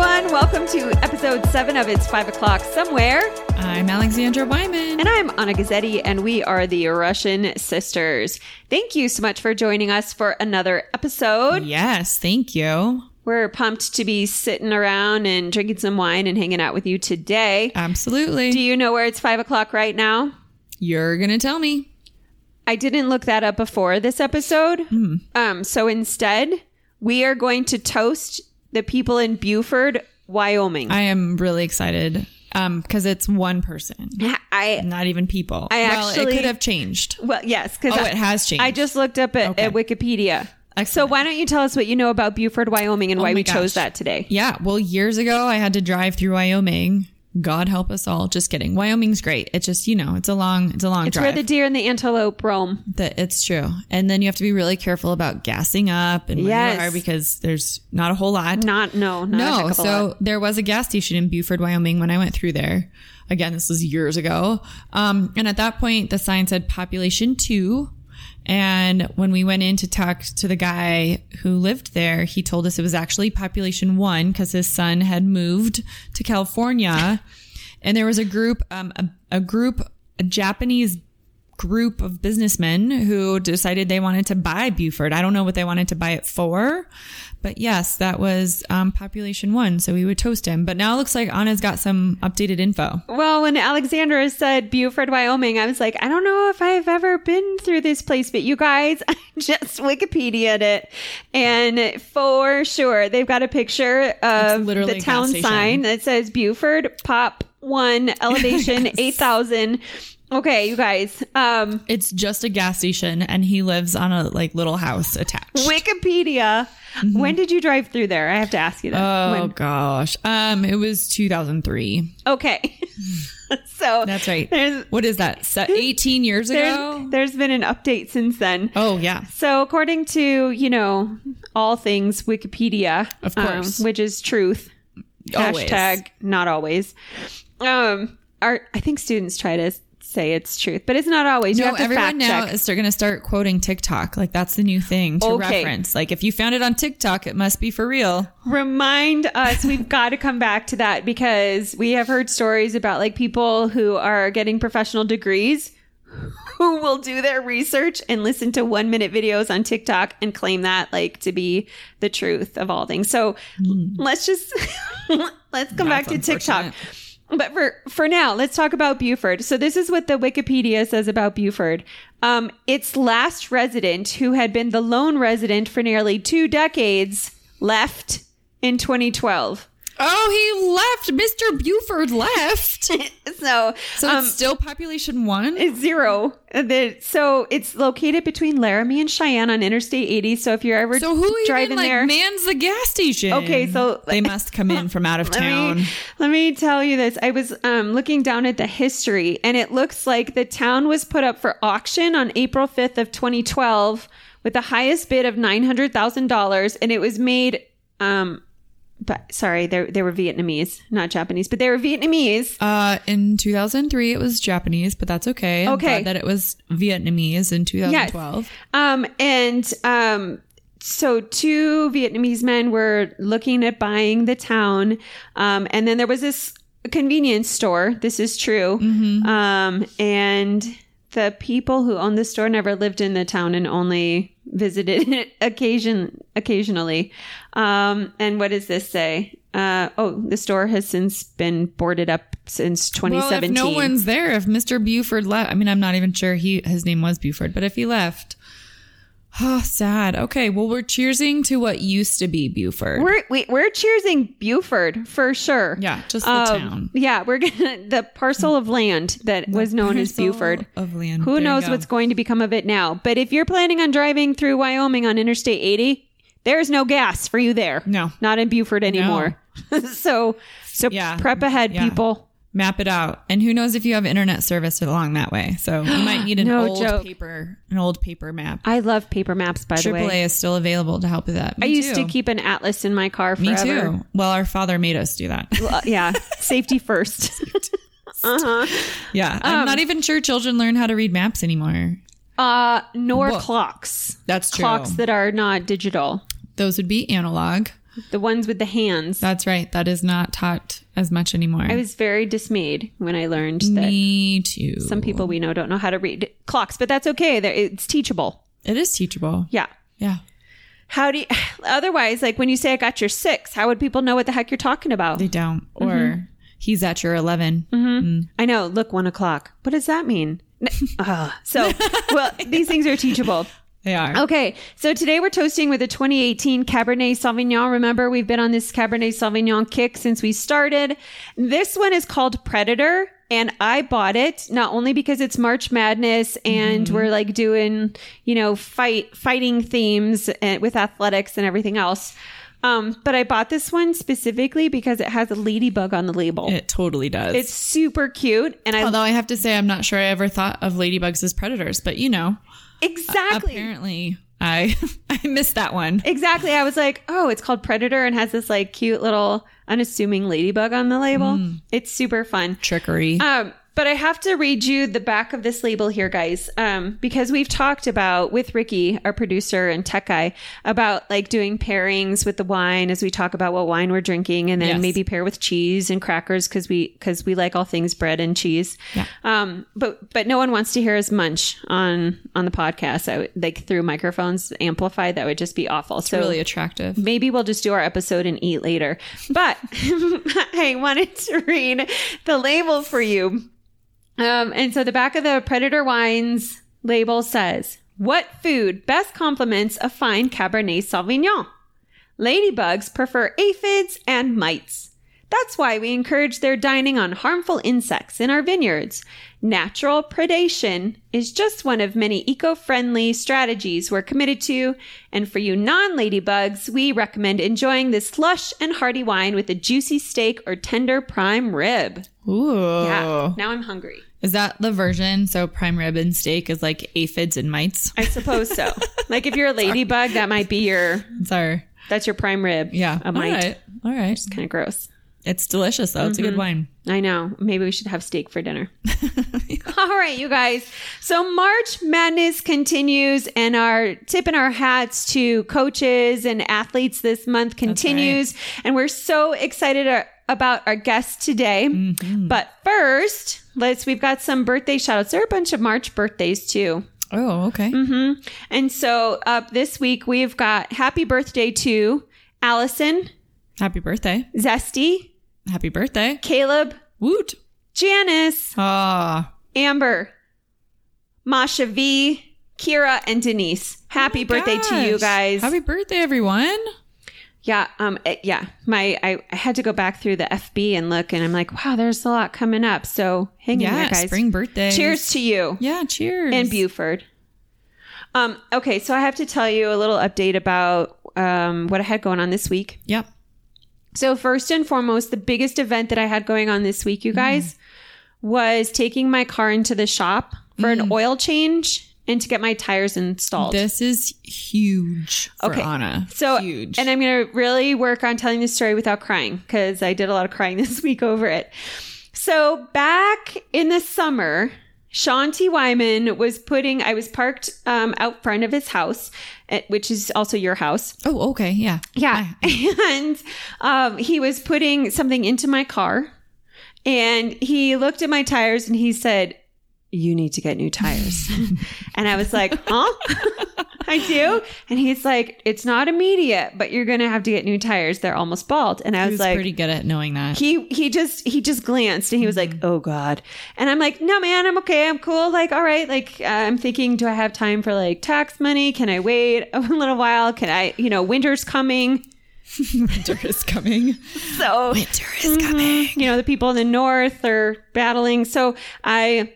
Welcome to episode seven of It's Five O'Clock Somewhere. I'm Alexandra Wyman. And I'm Anna Gazzetti, and we are the Russian Sisters. Thank you so much for joining us for another episode. yes, thank you. We're pumped to be sitting around and drinking some wine and hanging out with you today. Absolutely. Do you know where it's five o'clock right now? You're going to tell me. I didn't look that up before this episode. Um, so instead, we are going to toast the people in Buford, Wyoming. I, I am really excited um cuz it's one person, not even people. I well, actually- it could have changed. well, yes, because Oh, it has changed. I just looked up at, at Wikipedia. So Excellent. Oh why don't you tell us what you know about Buford, Wyoming, and why my we chose gosh. that today? Yeah, well years ago I had to drive through Wyoming. God help us all. Just kidding. Wyoming's great. It's just, you know, it's a long it's a long It's drive. where the deer and the antelope roam. That it's true. And then you have to be really careful about gassing up and where Yes. you are because there's not a whole lot. Not no, not a heck No, of a so lot. there was a gas station in Buford, Wyoming when I went through there. Again, this was years ago. Um, and at that point, the sign said population two. And when we went in to talk to the guy who lived there, he told us it was actually population one because his son had moved to California. and there was a group, um, a, a group, a Japanese group of businessmen who decided they wanted to buy Buford. I don't know what they wanted to buy it for, but yes, that was um, population one. So we would toast him. But now it looks like Anna's got some updated info. Well, when Alexandra said Buford, Wyoming, I was like, I don't know if I've ever been through this place, but you guys I just Wikipedia'd it. And for sure, they've got a picture of literally the a gas town station. sign that says Buford Pop 1 Elevation 8000. Okay, you guys. Um, It's just a gas station, and he lives on a like little house attached. Wikipedia. Mm-hmm. When did you drive through there? I have to ask you that. Oh When- gosh, um, it was 2003. Okay. so That's right. There's, what is that? Se- 18 years ago? there's, there's been an update since then. Oh yeah. So, according to, you know, all things Wikipedia, Of um, course. which is truth, Always. hashtag not always, um, our, I think students try to say it's truth, but it's not always. you No, have to fact everyone now check. is going to start quoting TikTok. Like that's the new thing to Okay. reference. Like if you found it on TikTok, it must be for real. Remind us, we've got to come back to that because we have heard stories about like people who are getting professional degrees who will do their research and listen to one minute videos on TikTok and claim that like to be the truth of all things. So let's just let's come back to That's TikTok. But for for now, let's talk about Buford. So this is what the Wikipedia says about Buford. Um, its last resident, who had been the lone resident for nearly two decades, left in 2012. Oh, he left. Mr. Buford left. So, So um, it's still population one. it's zero. Uh, the- so it's located between Laramie and Cheyenne on Interstate 80. So if you're ever so who driving even like there, mans the gas station? Okay, so- they must come in from out of Let town. me, let me tell you this. I was um, looking down at the history, and it looks like the town was put up for auction on April 5th of 2012 with the highest bid of $900,000, and it was made. Um, but sorry, they they were Vietnamese, not Japanese, but they were Vietnamese. Uh, in 2003, it was Japanese, but that's okay. I'm Okay. glad that it was Vietnamese in 2012. Um, and um, so two Vietnamese men were looking at buying the town. Um, and then there was this convenience store. This is true. Mm-hmm. Um, and the people who owned the store never lived in the town and only visited it occasion occasionally. Um, and what does this say? Uh, oh, the store has since been boarded up since Well, 2017. if no one's there, if Mr. Buford left, I mean, I'm not even sure he his name was Buford, but if he left, oh, sad. Okay, well, we're cheersing to what used to be Buford. We're we, we're cheersing Buford for sure. Yeah, just the Um, town. Yeah, we're gonna the parcel of land that was known as Parcel Buford. of land. Who There you knows go. what's going to become of it now? But if you're planning on driving through Wyoming on Interstate 80, there's no gas for you there. No. not in Buford anymore. so so Yeah. prep ahead, Yeah. people. map it out, and who knows if you have internet service along that way? So you might need an No old joke. paper, an old paper map. I love paper maps. By the way, AAA is still available to help with that. I used to keep an atlas in my car Me forever. too. Well, our father made us do that. Well, uh, yeah, safety first. Uh-huh. yeah, I'm Um, not even sure children learn how to read maps anymore. Uh, nor Well, clocks. That's true. Clocks that are not digital. Those would be analog. The ones with the hands. That's right. That is not taught as much anymore. I was very dismayed when I learned that Me too. some people we know don't know how to read clocks, but that's okay. They're- It's teachable. It is teachable. Yeah. Yeah. How do you, otherwise, like when you say I got your six, how would people know what the heck you're talking about? They don't. Mm-hmm. Or he's at your 11. I know, look, one o'clock. What does that mean? N- Ugh. so, well, these things are teachable. They are. Okay, so today we're toasting with a 2018 Cabernet Sauvignon. Remember, we've been on this Cabernet Sauvignon kick since we started. This one is called Predator, and I bought it not only because it's March Madness and we're like doing, you know, fight fighting themes and with athletics and everything else. Um, but I bought this one specifically because it has a ladybug on the label. It totally does. it's super cute, and I Although I have to say, I'm not sure I ever thought of ladybugs as predators, but you know, exactly apparently I I missed that one. Exactly. I was like, oh, it's called Predator and has this like cute little unassuming ladybug on the label. It's super fun. Trickery. Um, but I have to read you the back of this label here, guys, um, because we've talked about with Ricky, our producer and tech guy, about like doing pairings with the wine as we talk about what wine we're drinking, and then Yes. maybe pair with cheese and crackers because we because we like all things bread and cheese. Yeah. Um, but but no one wants to hear us munch on on the podcast. I would, like through microphones amplified, that would just be awful. so really attractive. maybe we'll just do our episode and eat later. But I wanted to read the label for you. Um, and so the back of the Predator Wines label says, What food best complements a fine Cabernet Sauvignon? Ladybugs prefer aphids and mites. That's why we encourage their dining on harmful insects in our vineyards. Natural predation is just one of many eco friendly strategies we're committed to. And for you non ladybugs, we recommend enjoying this lush and hearty wine with a juicy steak or tender prime rib. Ooh. Yeah. Oh. Now I'm hungry. Is that the version? So prime rib and steak is like aphids and mites. I suppose so. like if you're a ladybug, that might be your, It's our that's your prime rib. yeah. A mite. All right. All right. Kind of gross. It's delicious though. It's a Mm-hmm. good wine. I know. Maybe we should have steak for dinner. All right, you guys. So March Madness continues, and our tip in our hats to coaches and athletes this month continues. And we're so excited uh, about our guest today. But first, let's we've got some birthday shout outs. There are a bunch of March birthdays too. Mm-hmm. Oh, okay. Mm. And so up this week we've got happy birthday to Allison, Happy birthday. Zesty, Happy birthday. Caleb, Woot. Janice, Ah. Amber, Masha V, Kira, and Denise. Happy birthday to you Oh Gosh. guys. Happy birthday, everyone. yeah, um, eh, yeah. My I, I had to go back through the FB and look, and I'm like, wow, there's a lot coming up. So hang in Yeah, there, guys. spring birthday. Cheers to you Yeah, cheers. and Buford. Um, okay, so I have to tell you a little update about um, what I had going on this week. Yep. So first and foremost, the biggest event that I had going on this week, you Mm-hmm. guys, was taking my car into the shop for an oil change and to get my tires installed. Mm. This is huge for Okay. Anna. so huge. and I'm going to really work on telling this story without crying cuz I did a lot of crying this week over it. So back in the summer, Sean T. Wyman was putting I was parked um, out front of his house, eh, which is also your house. oh, okay. Yeah. Yeah. And um, he was putting something into my car and he looked at my tires and he said, You need to get new tires. and I was like, Huh? I do. And he's like, It's not immediate, but you're going to have to get new tires. They're almost bald. And I He was, was like, pretty good at knowing that. he he just he just glanced and he was like oh god and i'm like no man i'm okay i'm cool like all right like uh, i'm thinking do i have time for like tax money can i wait a little while can i you know winter's coming Winter is coming. Mm-hmm. so Winter is coming. you know the people in the north are battling so i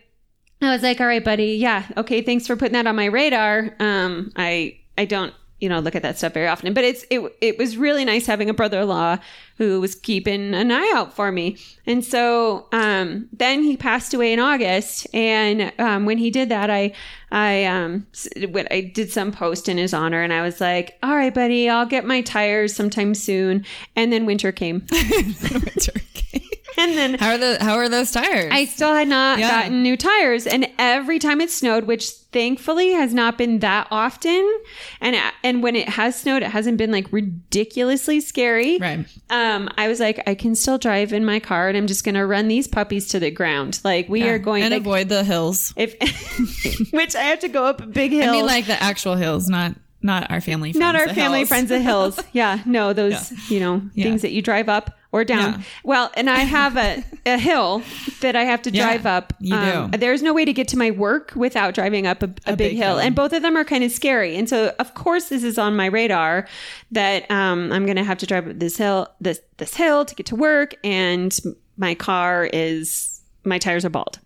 i was like all right buddy yeah okay thanks for putting that on my radar um i i don't you know look at that stuff very often but it's it, it was really nice having a brother-in-law who was keeping an eye out for me and so um then he passed away in august and um when he did that i i um s- when i did some post in his honor and i was like all right buddy i'll get my tires sometime soon and then winter came Winter came. and then How are the how are those tires? I still had not Yeah. gotten new tires. And every time it snowed, which thankfully has not been that often, and and when it has snowed, it hasn't been like ridiculously scary. right. Um, I was like, I can still drive in my car, and I'm just gonna run these puppies to the ground. Like we are going and like, avoid the hills. if which I have to go up a big hill. I mean, like the actual hills, not not our family. Friends, not our the family hills. friends of hills yeah no those you know Yeah. things that you drive up or down Yeah. well and i have a, a hill that i have to Yeah, drive up Um, you do. there's no way to get to my work without driving up a, a, big, big hill hill. and both of them are kind of scary and so of course this is on my radar that um, i'm gonna have to drive up this hill this this hill to get to work and my car is my tires are bald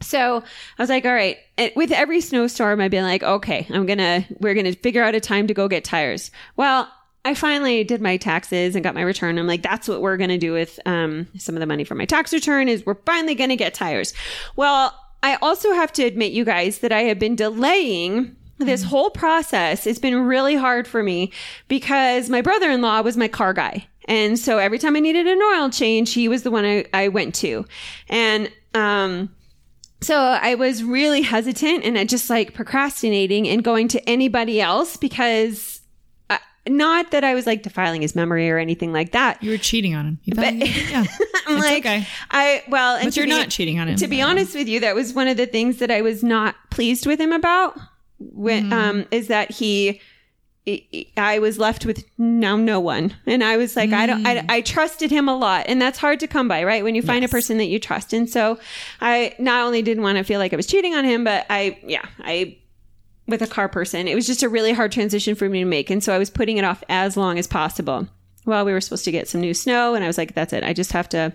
so I was like, all right. And with every snowstorm, I've been like, okay, I'm gonna, we're gonna figure out a time to go get tires. Well, I finally did my taxes and got my return. I'm like, that's what we're gonna do with um, some of the money from my tax return is we're finally gonna get tires. Well, I also have to admit, you guys, that I have been delaying this whole process. It's been really hard for me because my brother in law was my car guy. And so every time I needed an oil change, he was the one I, I went to. And, um, so I was really hesitant and I just like procrastinating and going to anybody else because uh, not that I was like defiling his memory or anything like that. You were cheating on him. You thought you- yeah. I'm It's like, okay. I well, and But to you're be- not cheating on him. To be honest with you, that was one of the things that I was not pleased with him about. When, um, is that he? I was left with now no one, and I was like, I don't, I, I trusted him a lot, and that's hard to come by, right? When you find a person that you trust, and so I not only didn't want to feel like I was cheating on him, but I, yeah, I with a car person. It was just a really hard transition for me to make. And so I was putting it off as long as possible. Well, we were supposed to get some new snow, and I was like, that's it. I just have to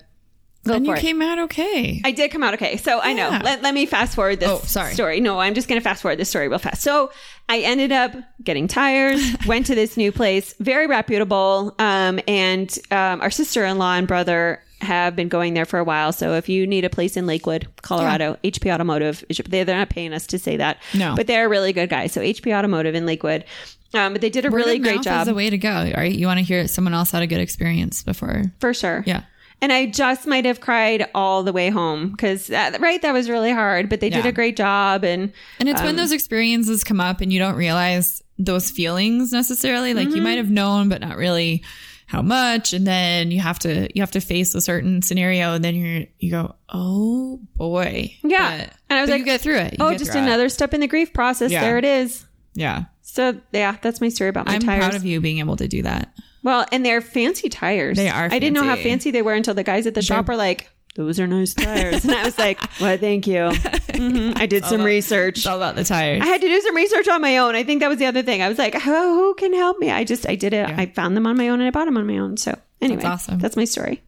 go and for you it. came out okay. I did come out okay. So I know. Yeah. Let, let me fast forward this Oh, sorry. story. No, I'm just going to fast forward this story real fast. So I ended up getting tires, went to this new place, very reputable. Um, and um, our sister in law and brother have been going there for a while. So if you need a place in Lakewood, Colorado, HP Automotive, is- they- they're not paying us to say that. No. But they're a really good guys. So HP Automotive in Lakewood. Um, but they did a Word really of great mouth Is job. the way to go, right? You want to hear someone else had a good experience before. for sure. Yeah. And I just might have cried all the way home because that, right, that was really hard, but they did Yeah. a great job. And And it's Um, when those experiences come up and you don't realize those feelings necessarily. Like Mm-hmm. you might have known, but not really how much. And then you have to you have to face a certain scenario, and then you're you go, oh boy, Yeah. But- And I was but like, you get through it. You oh, get just through it. another step in the grief process. Yeah. There it is. Yeah, So yeah, that's my story about my I'm tires. proud of you being able to do that. well, and they're fancy tires. They are I didn't know how fancy. fancy they were until the guys at the shop were like, "Those are nice tires," and I was like, "Well, thank you." Mhm. I did some research. It's all about the tires. I had to do some research on my own. I think that was the other thing. I was like, "Who who can help me?" I just I did it. I found them on my own and I bought them on my own. So anyway, awesome. that's my story.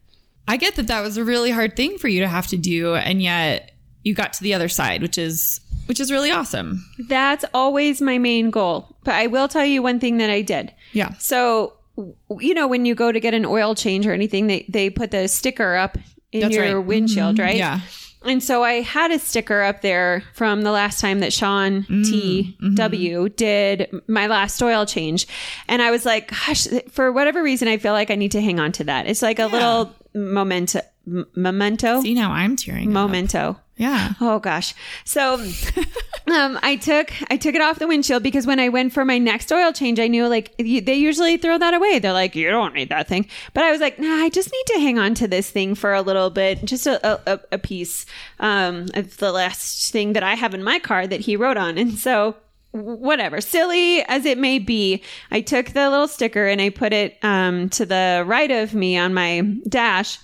I get that that was a really hard thing for you to have to do, and yet you got to the other side, which is which is really awesome. That's always my main goal. But I will tell you one thing that I did. Yeah. So, w- you know, when you go to get an oil change or anything, they, they put the sticker up in That's your right. Mm-hmm. windshield, right? Yeah. And so I had a sticker up there from the last time that Sean Mm-hmm. TW did my last oil change. And I was like, gosh, th- for whatever reason, I feel like I need to hang on to that. It's like a little memento, m- memento, See, now I'm tearing. up. memento. Yeah. Oh gosh. So um I took I took it off the windshield because when I went for my next oil change, I knew like you- they usually throw that away. They're like, "You don't need that thing." But I was like, "Nah, I just need to hang on to this thing for a little bit, just a a, a- a piece um of the last thing that I have in my car that he wrote on." And so whatever silly as it may be i took the little sticker and i put it um, to the right of me on my dash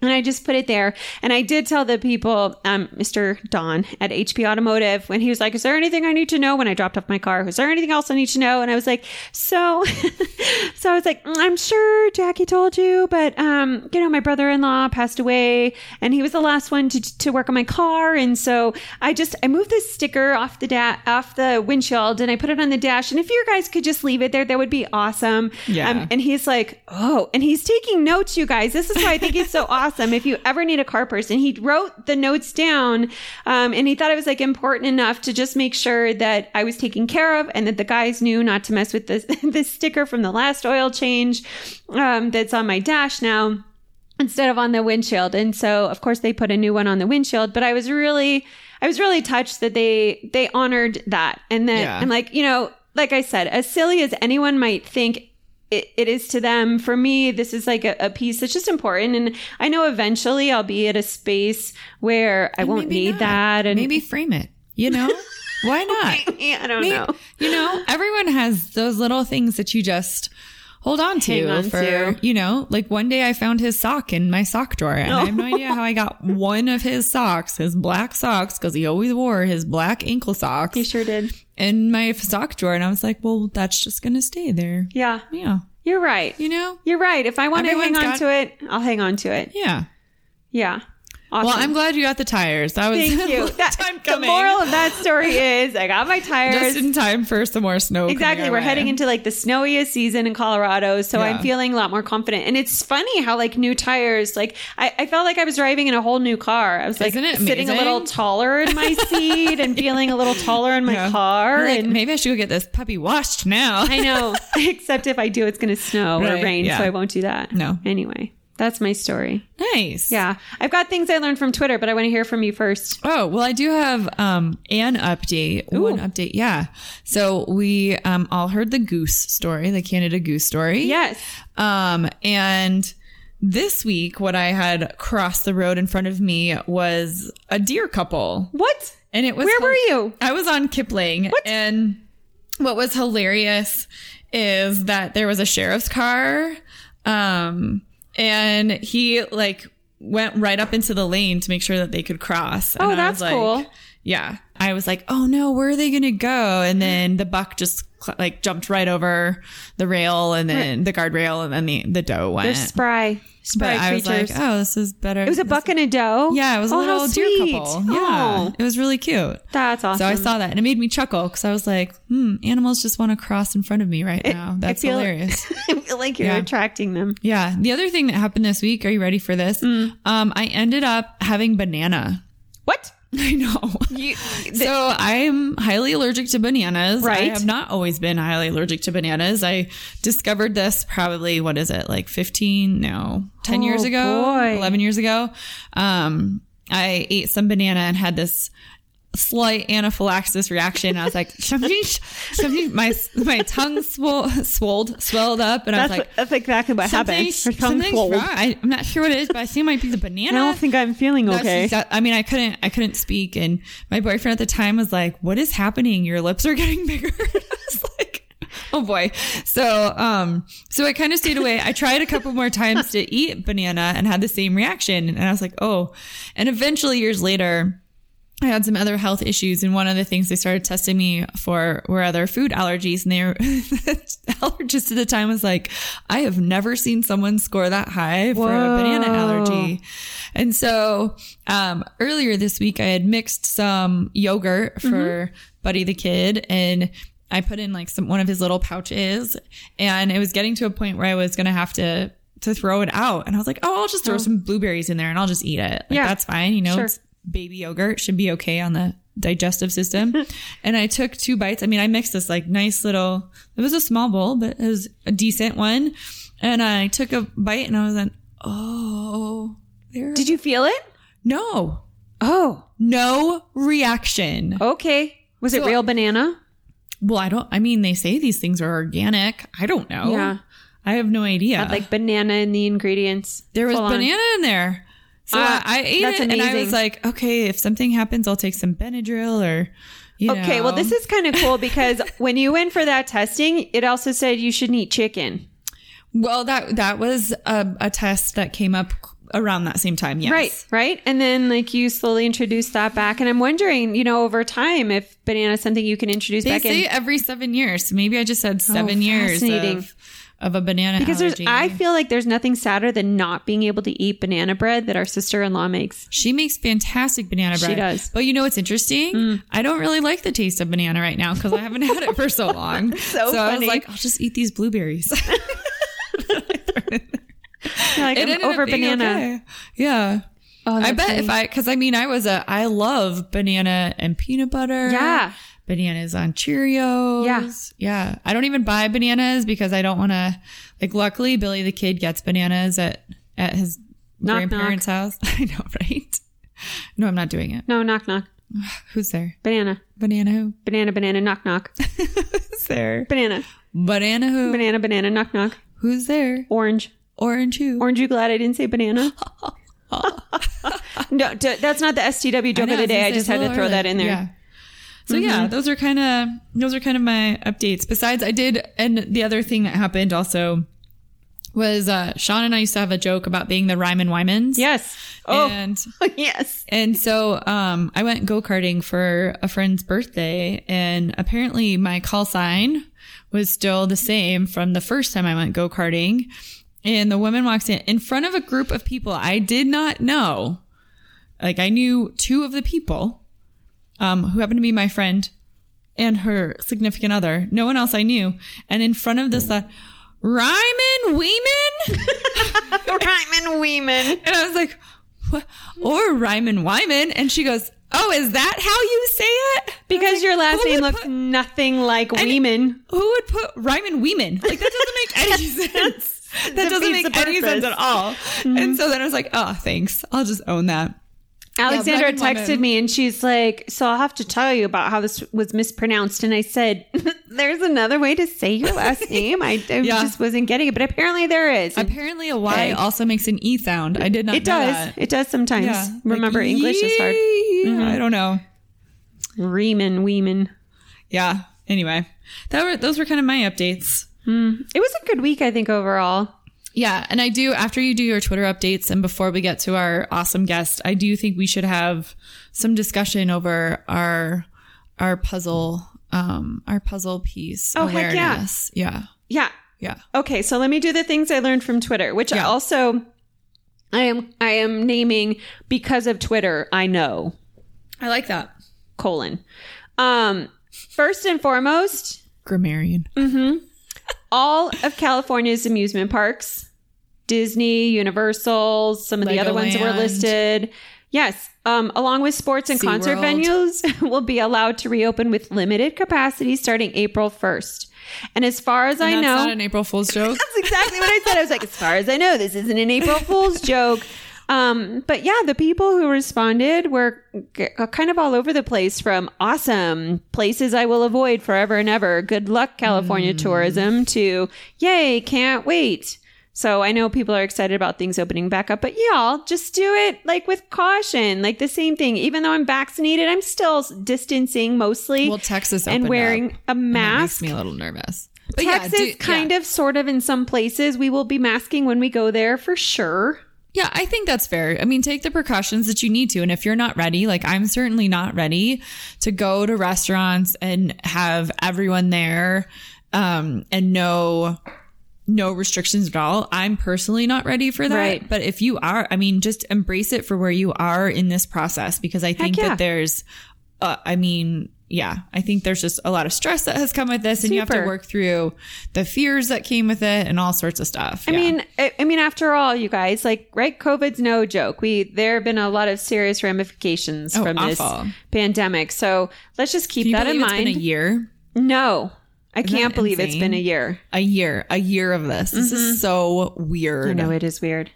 and I just put it there. And I did tell the people, um, Mr. Don at HP Automotive, when he was like, Is there anything I need to know? When I dropped off my car, is there anything else I need to know? And I was like, So, so I was like, "Mm, I'm sure Jackie told you, but, um, you know, my brother in law passed away and he was the last one to, to work on my car. And so I just, I moved this sticker off the, da- off the windshield and I put it on the dash. And if you guys could just leave it there, that would be awesome. Um, Yeah. and he's like, oh, and he's taking notes, you guys. This is why I think he's so awesome. If you ever need a car person, he wrote the notes down, um, and he thought it was like important enough to just make sure that I was taken care of and that the guys knew not to mess with this this sticker from the last oil change um, that's on my dash now. instead of on the windshield. And so of course they put a new one on the windshield, but I was really I was really touched that they they honored that. And then Yeah. and like, you know, like I said, as silly as anyone might think it, it is to them, for me, this is like a, a piece that's just important. And I know eventually I'll be at a space where I won't Maybe need not. that. And maybe frame it. You know, why not? I don't Maybe- know. You know, everyone has those little things that you just hold on to Hang on for to. you know like one day i found his sock in my sock drawer and i have no idea how i got one of his socks his black socks because he always wore his black ankle socks You sure did. in my sock drawer and i was like well that's just gonna stay there Yeah. yeah You're right. you know You're right. If I want to hang Everyone's on got- to it, I'll hang on to it. yeah Yeah. Awesome. well i'm glad you got the tires that was Thank you. That, time The coming moral of that story is I got my just tires. in time for some more snow coming Exactly. our We're way. heading into like the snowiest season in Colorado. So Yeah. I'm feeling a lot more confident. And it's funny how like new tires, like I, I felt like I was driving in a whole new car. I was like Isn't it sitting a amazing? little taller in my seat and feeling a little taller in my Yeah. car. You're like, and maybe I should go get this puppy washed now. I know. Except if I do, it's going to snow Right, or rain. yeah. So I won't do that. No. Anyway, that's my story. nice. Yeah. I've got things I learned from Twitter, but I want to hear from you first. Oh, well, I do have um, an update. One update. Yeah. So we um, all heard the goose story, the Canada goose story. Yes. Um, and this week, what I had crossed the road in front of me was a deer couple. What? And it was. Where were hel- you? I was on Kipling. And what was hilarious is that there was a sheriff's car. Um, and he like went right up into the lane to make sure that they could cross. And Oh, I was that's like- cool. Yeah. I was like, oh no, where are they going to go? And then the buck just cl- like jumped right over the rail and then the guardrail and then the, the doe They're went. spry. Spry but Eh. I was creatures. like, oh, this is better. It was a buck and a doe. Yeah, it was a Oh, how little deer sweet. couple. Yeah, Oh, it was really cute. that's awesome. So I saw that and it made me chuckle because I was like, hmm, animals just want to cross in front of me right now. That's feel- hilarious. I feel like you're Yeah. attracting them. yeah. The other thing that happened this week, are you ready for this? Mm. Um, I ended up having banana. What? I know. so I'm highly allergic to bananas. I Right. have not always been highly allergic to bananas. I discovered this probably, what is it, like 15, no, 10 years Oh, ago, boy. 11 years ago. Um, I ate some banana and had this slight anaphylaxis reaction. I was like, something, something, my, my tongue swole, swolled, swelled up. And I was that's, like, that's exactly what happened. something's, something's wrong. I, I'm not sure what it is, but I think it might be the banana. I don't think I'm feeling That's okay. exact- I mean, I couldn't, I couldn't speak, and my boyfriend at the time was like, "What is happening? Your lips are getting bigger." I was like, "Oh boy." So, um, so I kind of stayed away. I tried a couple more times to eat banana and had the same reaction, and I was like, "Oh," and eventually, years later. I had some other health issues, and one of the things they started testing me for were other food allergies. And they were, the allergist at the time was like, I have never seen someone score that high for a banana allergy. And so um, earlier this week, I had mixed some yogurt for Buddy the Kid, and I put in like some one of his little pouches, and it was getting to a point where I was going to have to. To throw it out, and I was like, "Oh, I'll just throw some blueberries in there, and I'll just eat it. Like, Yeah. that's fine. You know, Sure. it's baby yogurt should be okay on the digestive system. and I took two bites. I mean, I mixed this like nice little, it was a small bowl, but it was a decent one. And I took a bite and I was like, oh, there. Did you feel it? no, Oh, no reaction. okay. Was it real banana? Well, I don't, I mean, they say these things are organic. I don't know. Yeah. I have no idea. Had like banana in the ingredients. There was Full on. banana in there. So Ah, I I ate that's it and I amazing. was like, okay, if something happens, I'll take some Benadryl or, you Okay, well, know. this is kind of cool because when you went for that testing, it also said you shouldn't eat chicken. Well, that that was a, a test that came up around that same time. Yes. Right, right. And then like you slowly introduce that back. And I'm wondering, you know, over time if banana is something you can introduce They back say in. Oh, every seven years. So maybe I just had seven years fascinating. of, of a banana Because there's allergy. I feel like there's nothing sadder than not being able to eat banana bread that our sister in law makes. she makes fantastic banana bread. She does. Mm. But you know what's interesting? I don't really like the taste of banana right now because I haven't had it for so long. so I was funny. like, I'll just eat these blueberries. You're like, It I'm ended up over being banana. okay. Yeah. Oh, I that's bet funny. if I, because I mean, I was a, I love banana and peanut butter. Yeah. Bananas on Cheerios. Yeah. Yeah. I don't even buy bananas because I don't want to, like, luckily Billy the Kid gets bananas at, at his Knock, grandparents' house. I know, right? No, I'm not doing it. No, knock, knock. Who's there? Banana, Banana who? banana, banana, knock, knock. Who's there? Banana, Banana who? banana, banana, knock, knock. Who's there? Orange. Orange who? Orange, you glad I didn't say banana? no, d- that's not the STW joke know, of the was day. gonna I say, just it's a had to little throw early. that in there. Mm-hmm. Yeah. So yeah, those are kind of those are kind of my updates. Besides, I did, and the other thing that happened also was uh, Sean and I used to have a joke about being the Ryman Wymans. Yes. Oh, and yes. and so um, I went go karting for a friend's birthday, and apparently my call sign was still the same from the first time I went go karting. And the woman walks in in front of a group of people I did not know. Like I knew two of the people, um, who happened to be my friend and her significant other. No one else I knew. And in front of this, uh, Ryman Weeman. Ryman Weeman. And I was like, what? or Ryman Wyman. And she goes, Oh, is that how you say it? Because your last who name would looks put- nothing like Weeman. Who would put Ryman Weeman? Like, that doesn't make any sense. That doesn't Defeats make the any sense purpose. Mm-hmm. at all. And so then I was like, Oh, thanks. I'll just own that. Alexandra Ryman texted Wyman. me and she's like, So I'll have to tell you about how this was mispronounced. And I said, There's another way to say your last name. I, I Yeah. just wasn't getting it, but apparently there is. And Apparently, a Y also makes an E sound. I did not it know does. that. It does sometimes. Yeah. Remember, Like, English is hard. Mm-hmm. yee- I don't know. Reeman, Weeman. Yeah. Anyway, that were, those were kind of my updates. It was a good week, I think, overall. Yeah, and I do after you do your Twitter updates and before we get to our awesome guest, I do think we should have some discussion over our our puzzle um our puzzle piece Oh, heck yeah. awareness. yeah. Yeah. Yeah. Okay. So let me do the things I learned from Twitter, which I Yeah. also. I am I am naming because of Twitter. I know I like that. colon. Um, first and foremost, Grammarian. all of California's amusement parks, Disney, Universal, some of the other ones that were Legoland. listed. Yes, um, along with sports and concert SeaWorld. venues, will be allowed to reopen with limited capacity starting April first. And as far as I That's know, not an April Fool's joke. That's exactly what I said. I was like, as far as I know, this isn't an April Fool's joke. Um, but yeah, the people who responded were g- uh, kind of all over the place from awesome places I will avoid forever and ever. Good luck, Hmm. California tourism, to yay, can't wait. So I know people are excited about things opening back up, but y'all just do it like with caution. Like the same thing. Even though I'm vaccinated, I'm still s- distancing mostly well, Texas and opened wearing up, a and that mask. makes me a little nervous. But Texas, yeah, do- kind of, sort of, in some places. We will be masking when we go there for sure. Yeah, I think that's fair. I mean, take the precautions that you need to. And if you're not ready, like I'm certainly not ready to go to restaurants and have everyone there um, and no no restrictions at all. I'm personally not ready for that. Right. But if you are, I mean, just embrace it for where you are in this process because I think yeah. that there's, uh, I mean, yeah, I think there's just a lot of stress that has come with this, and you have to Super. work through the fears that came with it and all sorts of stuff. I mean, I, I mean, after all, you guys, like, right? COVID's no joke. We there have been a lot of serious ramifications from Oh, awful. this pandemic. So let's just keep Can you that in believe it's mind. been a year. no, I can't that believe it's been insane? a year. a year a year of this this Mm-hmm. is so weird I know it is weird.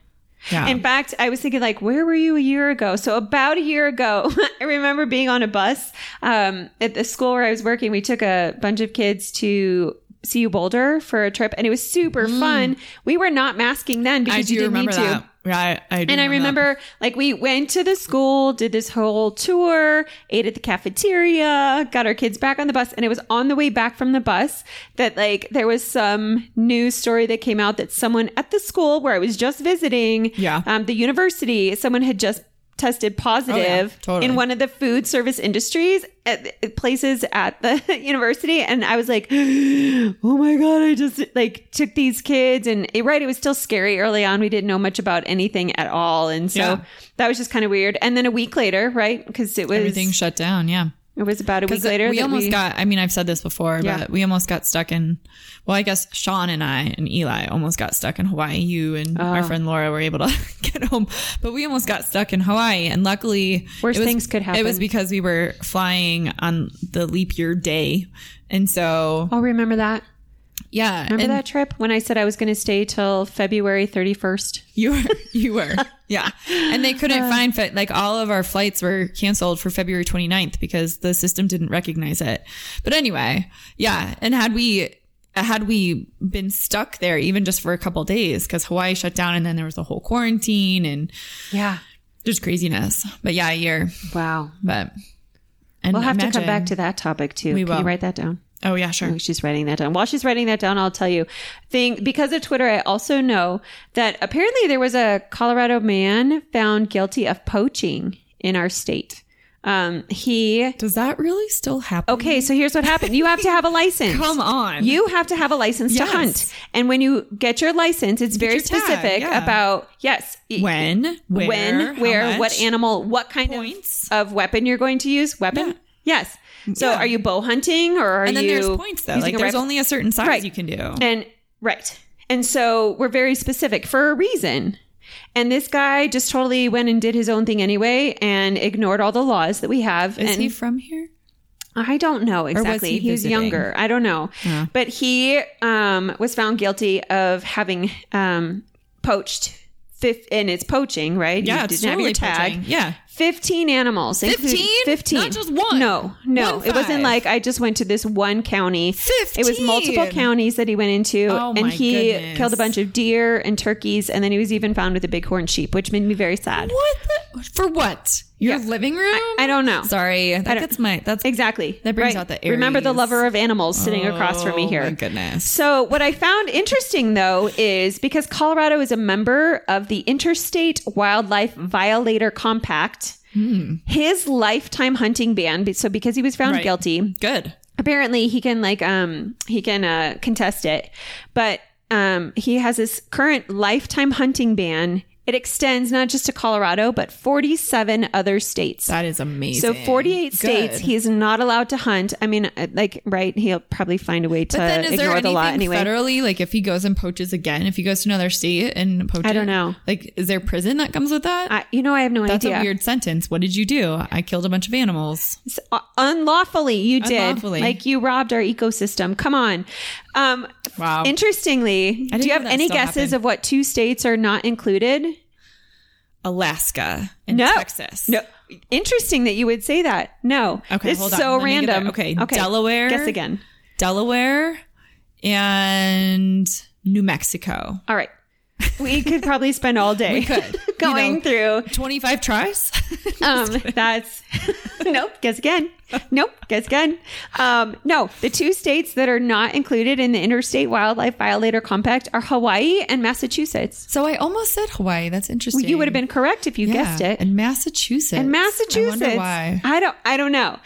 yeah In fact, I was thinking, like, where were you a year ago? So, about a year ago, I remember being on a bus um, at the school where I was working. We took a bunch of kids to CU Boulder for a trip, and it was super fun. We were not masking then Mm. i because do you didn't remember need to. that right I, do And I remember, like, we went to the school, did this whole tour, ate at the cafeteria, got our kids back on the bus. And it was on the way back from the bus that, like, there was some news story that came out that someone at the school where I was just visiting, Yeah. Oh, um, the university, someone had just tested positive totally. in one of the food service industries at, at places at the university and i was like oh my god i just like took these kids and it, right it was still scary early on we didn't know much about anything at all and so Yeah. that was just kind of weird and then a week later right because it was everything shut down yeah it was about a week 'Cause uh, later we that almost got i mean i've said this before Yeah. but we almost got stuck in well i guess sean and i and eli almost got stuck in hawaii you and Ah. our friend laura were able to get home but we almost got stuck in hawaii and luckily Worse it was- things could it happen. was because we were flying on the leap year day and so i'll remember that Yeah. Oh, Remember and- that trip when I said I was going to stay till February 31st? You were, you were, yeah. And they couldn't Uh. find fi- like all of our flights were canceled for February 29th because the system didn't recognize it. But anyway, yeah. And had we had we been stuck there even just for a couple days because Hawaii shut down and then there was the whole quarantine and Yeah. there's craziness. But yeah, a year. Wow. But and We'll have to imagine- come back to that topic too. We Can will. you write that down? Oh yeah, sure. think she's writing that down. While she's writing that down, I'll tell you. Thing because of Twitter, I also know that apparently there was a Colorado man found guilty of poaching in our state. Um, he Does that really still happen? okay. So here's what happened. You have to have a license. Come on. You have to have a license Yes. to hunt. And when you get your license, it's very your tag, specific yeah. about yes, y- when, where, when, how where, much? what animal, what kind Points. of of weapon you're going to use. Weapon. Yeah. Yes. So Yeah. are you bow hunting or are And then you there's points though. using Like a there's rifle? only a certain size Right. you can do. And right. And so we're very specific for a reason. And this guy just totally went and did his own thing anyway and ignored all the laws that we have. Is and he from here? I don't know was exactly. he he was visiting? younger. I don't know. Yeah. But he um, was found guilty of having um, poached, fif- and it's poaching, right? You didn't have your tag. poaching. Yeah. 15 animals. including- 15? 15. Not just one? No, no. One it wasn't five. like I just went to this one county. It was multiple 15. counties that he went into. Oh, and my he goodness. killed a bunch of deer and turkeys. And then he was even found with a bighorn sheep, which made me very sad. What the, for what? Your living room? I don't know. Sorry. That don't- gets my that's Exactly. That brings out the Remember the Aries. lover of animals sitting across from me Oh, here. my goodness. So, what I found interesting though is because Colorado is a member of the Interstate Wildlife Violator Compact, his lifetime hunting ban, be- so because he was found Hmm. Right. guilty, Good. apparently he can like um he can uh contest it but um he has this current lifetime hunting ban it extends not just to colorado but 47 other states That is amazing. so 48 states Good. he is not allowed to hunt i mean uh, like right he'll probably find a way to But then is there uh, ignore the anything law anyway federally, like if he goes and poaches again, if he goes to another state and poaches, I don't know. Like, is there prison that comes with that? I, you know i have no that's idea a weird sentence. What did you do? I killed a bunch of animals. It's, uh, unlawfully you did Unlawfully. like you robbed our ecosystem come on um Wow. interestingly do know you have that any still guesses happened. of what two states are not included Alaska and No. Texas. No. Interesting that you would say that. No. Okay, It's hold on. so Let me get random. there. Okay, Delaware. Guess again. Delaware and New Mexico. All right. We could probably spend all day could. going You know, through. 25 tries? Um, that's nope. Guess again. Nope. Guess again. Um, no, the two states that are not included in the Interstate Wildlife Violator Compact are Hawaii and Massachusetts. so I almost said Hawaii. That's interesting. You would have been correct if you Yeah. guessed it. And Massachusetts. And Massachusetts. I wonder why. I don't. I don't know.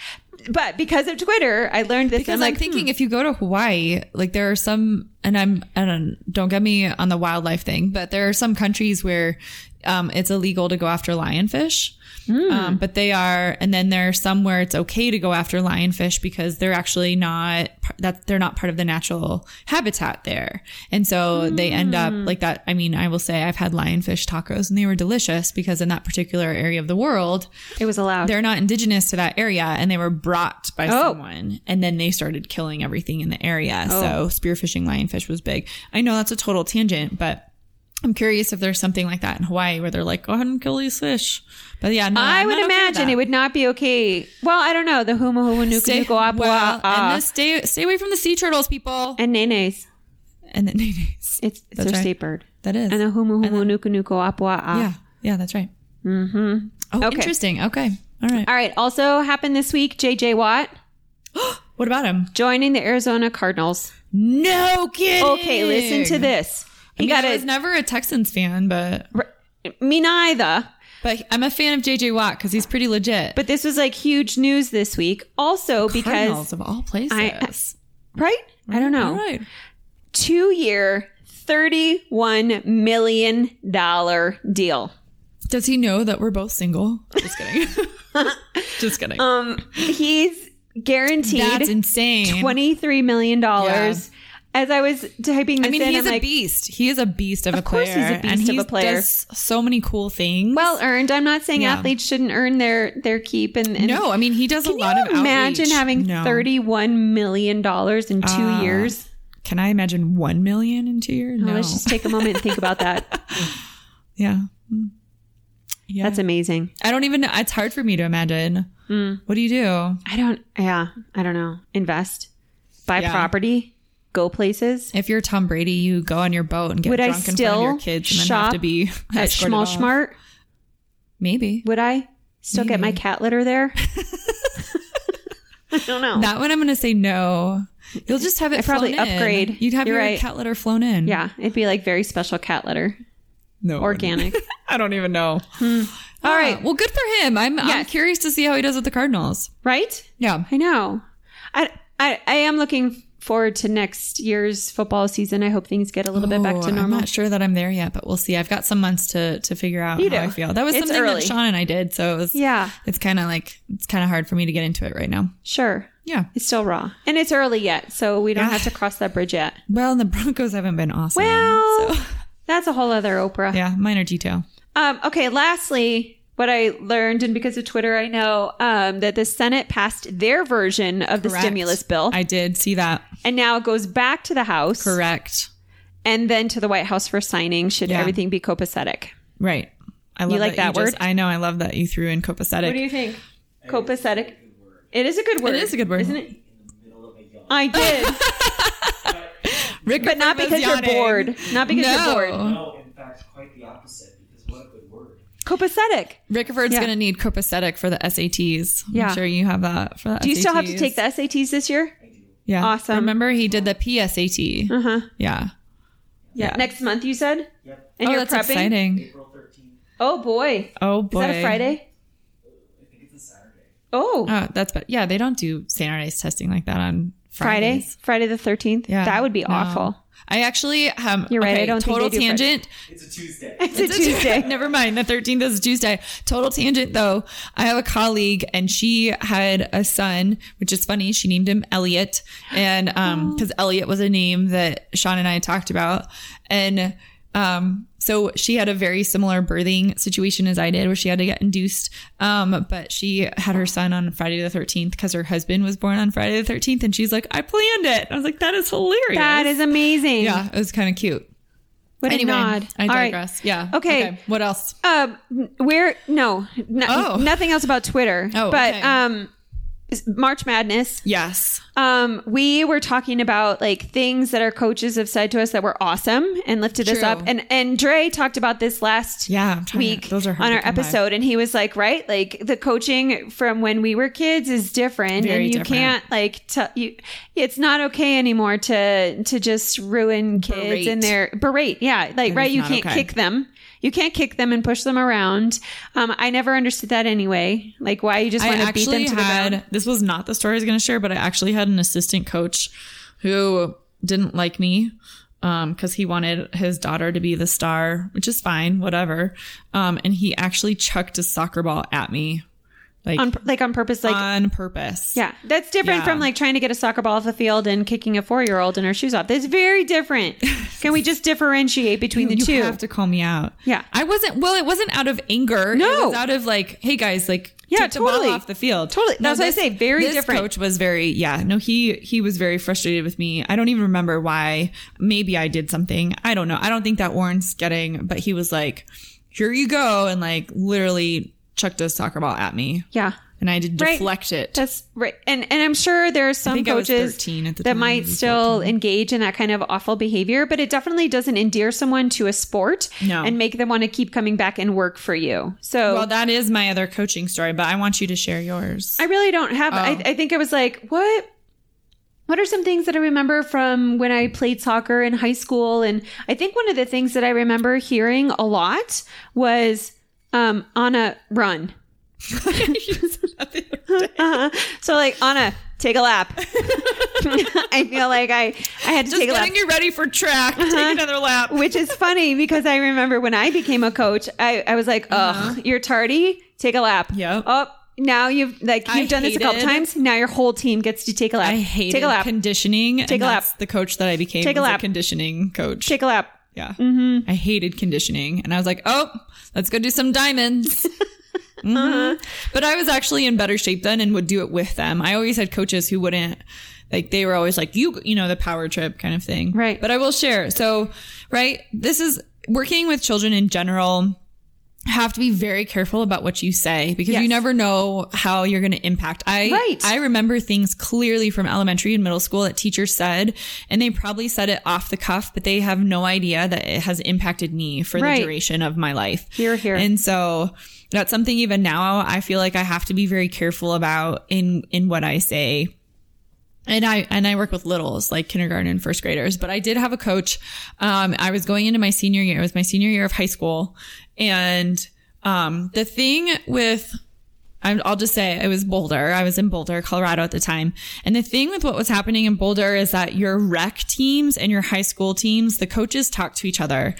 But because of Twitter, I learned this. Because I'm I'm like, thinking if you go to Hawaii, like there are some, and I'm, I don't, don't get me on the wildlife thing, but there are some countries where um, it's illegal to go after lionfish. Um, but they are, and then there are some where it's okay to go after lionfish because they're actually not par- that they're not part of the natural habitat there, and so they end up like that. I mean, I will say I've had lionfish tacos and they were delicious because in that particular area of the world, it was allowed. they're not indigenous to that area and they were brought by Oh. someone and then they started killing everything in the area so Oh. spearfishing lionfish was big i know that's a total tangent but i'm curious if there's something like that in hawaii where they're like go ahead and kill these fish but yeah no, I I'm would not okay with imagine that. it would not be okay. Well, I don't know. The huma huma stay, nuka nuka apua well, ah, and the stay, stay away from the sea turtles people and nenes. and then that It's, it's their right. state bird. is And the huma huma nuka nuka apua ah. yeah yeah that's right mm-hmm oh Okay. interesting okay all right All right. Also happened this week, JJ Watt what about him joining the Arizona Cardinals. no kidding Okay, listen to this. I He mean, got I was a never a Texans fan, but me neither. But I'm a fan of JJ Watt because he's pretty legit. But this was like huge news this week. Also Cardinals because of all places. right? I don't know. all right. Two year thirty-one million dollar deal. Does he know that we're both single? Just kidding. Just kidding. Um, he's guaranteed That's insane. twenty-three million dollars. As I was typing this I mean, in, he's I'm a like, beast. He is a beast of, a player. course he's a beast and of he a player. Does so many cool things. well earned. I'm not saying Yeah. athletes shouldn't earn their their keep. And, and no, I mean he does a can lot you of imagine outreach. having No. thirty-one million dollars in two Uh, years? can I imagine 1 million in two years? Oh, No. Let's just take a moment and think about that. yeah. Mm. Yeah. That's amazing. I don't even know. It's hard for me to imagine. Hmm. What do you do? I don't, yeah, I don't know. Invest, buy Yeah. property, go places. If you're Tom Brady, you go on your boat and get Would I drunk in front of still your kids and then shop have to be At escorted Schmall off. Smart, Maybe. would I still get my Maybe. cat litter there? I don't know. That one I'm going to say no. You'll just have it I'd probably flown in. upgrade. You'd have You're your right. cat litter flown in. yeah, it'd be like very special cat litter, No. it wouldn't. organic. I don't even All know. All right. right. Hmm. Ah, Well, good for him. I'm, I'm Yes. curious to see how he does with the Cardinals. right? Yeah. I know. I, I I am looking forward to next year's football season. I hope things get a little bit back Oh, to normal. I'm not sure that I'm there yet, but we'll see. I've got some months to to figure out You how do. I feel. That was It's something early. that Sean and I did, so it was Yeah, It's kind of like it's kind of hard for me to get into it right now. sure. Yeah. It's still raw, and it's early yet, so we don't Yeah. have to cross that bridge yet. Well, and the Broncos haven't been awesome. Well, so, that's a whole other Oprah. yeah, minor detail. Um, okay, lastly, what I learned, and because of Twitter, I know um, that the Senate passed their version of the Correct. stimulus bill, I did see that. and now it goes back to the House Correct. and then to the White House for signing. Should Yeah. everything be copacetic? Right. I love like that you word? Just, I know. I love that you threw in copacetic. What do you think? Copacetic. It is a good word. it is a good word, Isn't it? I did, Rick but not because you're yawning. bored. Not because No. you're bored. No, Oh, in fact, quite the opposite, because what a good word. Copacetic. Rickerford's Yeah. going to need copacetic for the SATs. Yeah. I'm sure you have that for the Do you still have to SATs. take the SATs this year? Yeah. Awesome. Remember, he did the PSAT. Uh huh. Yeah. Yeah. Next month, you said. Yep. And oh, you're that's prepping. exciting. April 13th, Oh boy. Oh, Is boy. that a Friday? I think it's a Saturday. Oh, Oh, that's better. Yeah, they don't do standardized testing like that on Friday, Fridays. Friday the thirteenth. Yeah. that would be No. awful. I actually um You're right, okay, I don't think total they do Friday. tangent. It's a Tuesday. It's, a Tuesday. Never mind. The 13th is Tuesday. Total tangent though. I have a colleague and she had a son, which is funny. She named him Elliot. And um, because Elliot was a name that Sean and I talked about. And um, so she had a very similar birthing situation as I did, where she had to get induced. Um, but she had her son on Friday the 13th because her husband was born on Friday the 13th. And she's like, I planned it. I was like, that is hilarious. that is amazing. yeah, it was kind of cute. What Anyway, a nod. I All right. digress. Yeah. Okay. What else? Um, where no, no Oh. nothing else about Twitter. Oh, but okay. um, March Madness. Yes. Um, we were talking about like things that our coaches have said to us that were awesome and lifted us True. up. And and Dre talked about this last Yeah. I'm trying to- week those are hard on to our come by. episode and he was like right like the coaching from when we were kids is different Very and you different. can't like tell you it's not okay anymore to to just ruin kids Berate. and their berate yeah like is right you not can't okay. kick them you can't kick them and push them around um i never understood that anyway like why you just I want to beat them actually to the ground had, this was not the story I was going to share, but I actually had an assistant coach who didn't like me because he wanted his daughter to be the star, which is fine, whatever. Um, and he actually chucked a soccer ball at me, like on on, pur- like on purpose like purpose. yeah, that's different Yeah. from like trying to get a soccer ball off the field and kicking a four-year-old in her shoes off. That's very different. Can we just differentiate between the you two? have to call me out. Yeah. I wasn't. Well, it wasn't out of anger. No. it was out of like, hey guys, like, Yeah, take the totally. ball off the field. Totally. No, That's what I this- say, very this different. Coach was very yeah. No, he he was very frustrated with me. I don't even remember why. Maybe I did something. I don't know. I don't think that warrants getting. But he was like, here you go, and like literally chucked a soccer ball at me, yeah. and I had to Right. deflect it. That's right. And and I'm sure there are some think I was coaches 13 at the that time, might maybe still engage in that kind of awful behavior, but it definitely doesn't endear someone to a sport No. and make them want to keep coming back and work for you. So well, that is my other coaching story, but I want you to share yours. I really don't have I, Oh. I think it was like, what what are some things that I remember from when I played soccer in high school? And I think one of the things that I remember hearing a lot was um, on a run. Uh-huh. So like Anna, take a lap. I feel like I I had to Just take a lap. Uh-huh. getting you ready for track. Take another lap. Which is funny because I remember when I became a coach, I, I was like, ugh, you're tardy, take a lap. Uh-huh. Yep. Oh, now you've like you've I done this a couple hated- times. Now your whole team gets to take a lap. I hated take a lap. conditioning. Take a lap. That's the coach that I became. Take a was lap. conditioning coach. take a lap. yeah. Mm-hmm. I hated conditioning, and I was like, "Oh, let's go do some diamonds." Uh-huh. But I was actually in better shape then and would do it with them. I always had coaches who wouldn't like they were always like you you know the power trip kind of thing. Right. But I will share. So, right, this is working with children in general have to be very careful about what you say because Yes. you never know how you're going to impact. I Right. I remember things clearly from elementary and middle school that teachers said and they probably said it off the cuff but they have no idea that it has impacted me for Right. the duration of my life. Here, here. And so that's something even now I feel like I have to be very careful about in in what I say. And I and I work with littles like kindergarten and first graders, but I did have a coach. Um, I was going into my senior year. It was my senior year of high school, and um, the thing with I'm- I'll just say it was Boulder. I was in Boulder, Colorado at the time. And the thing with what was happening in Boulder is that your rec teams and your high school teams, the coaches talk to each other.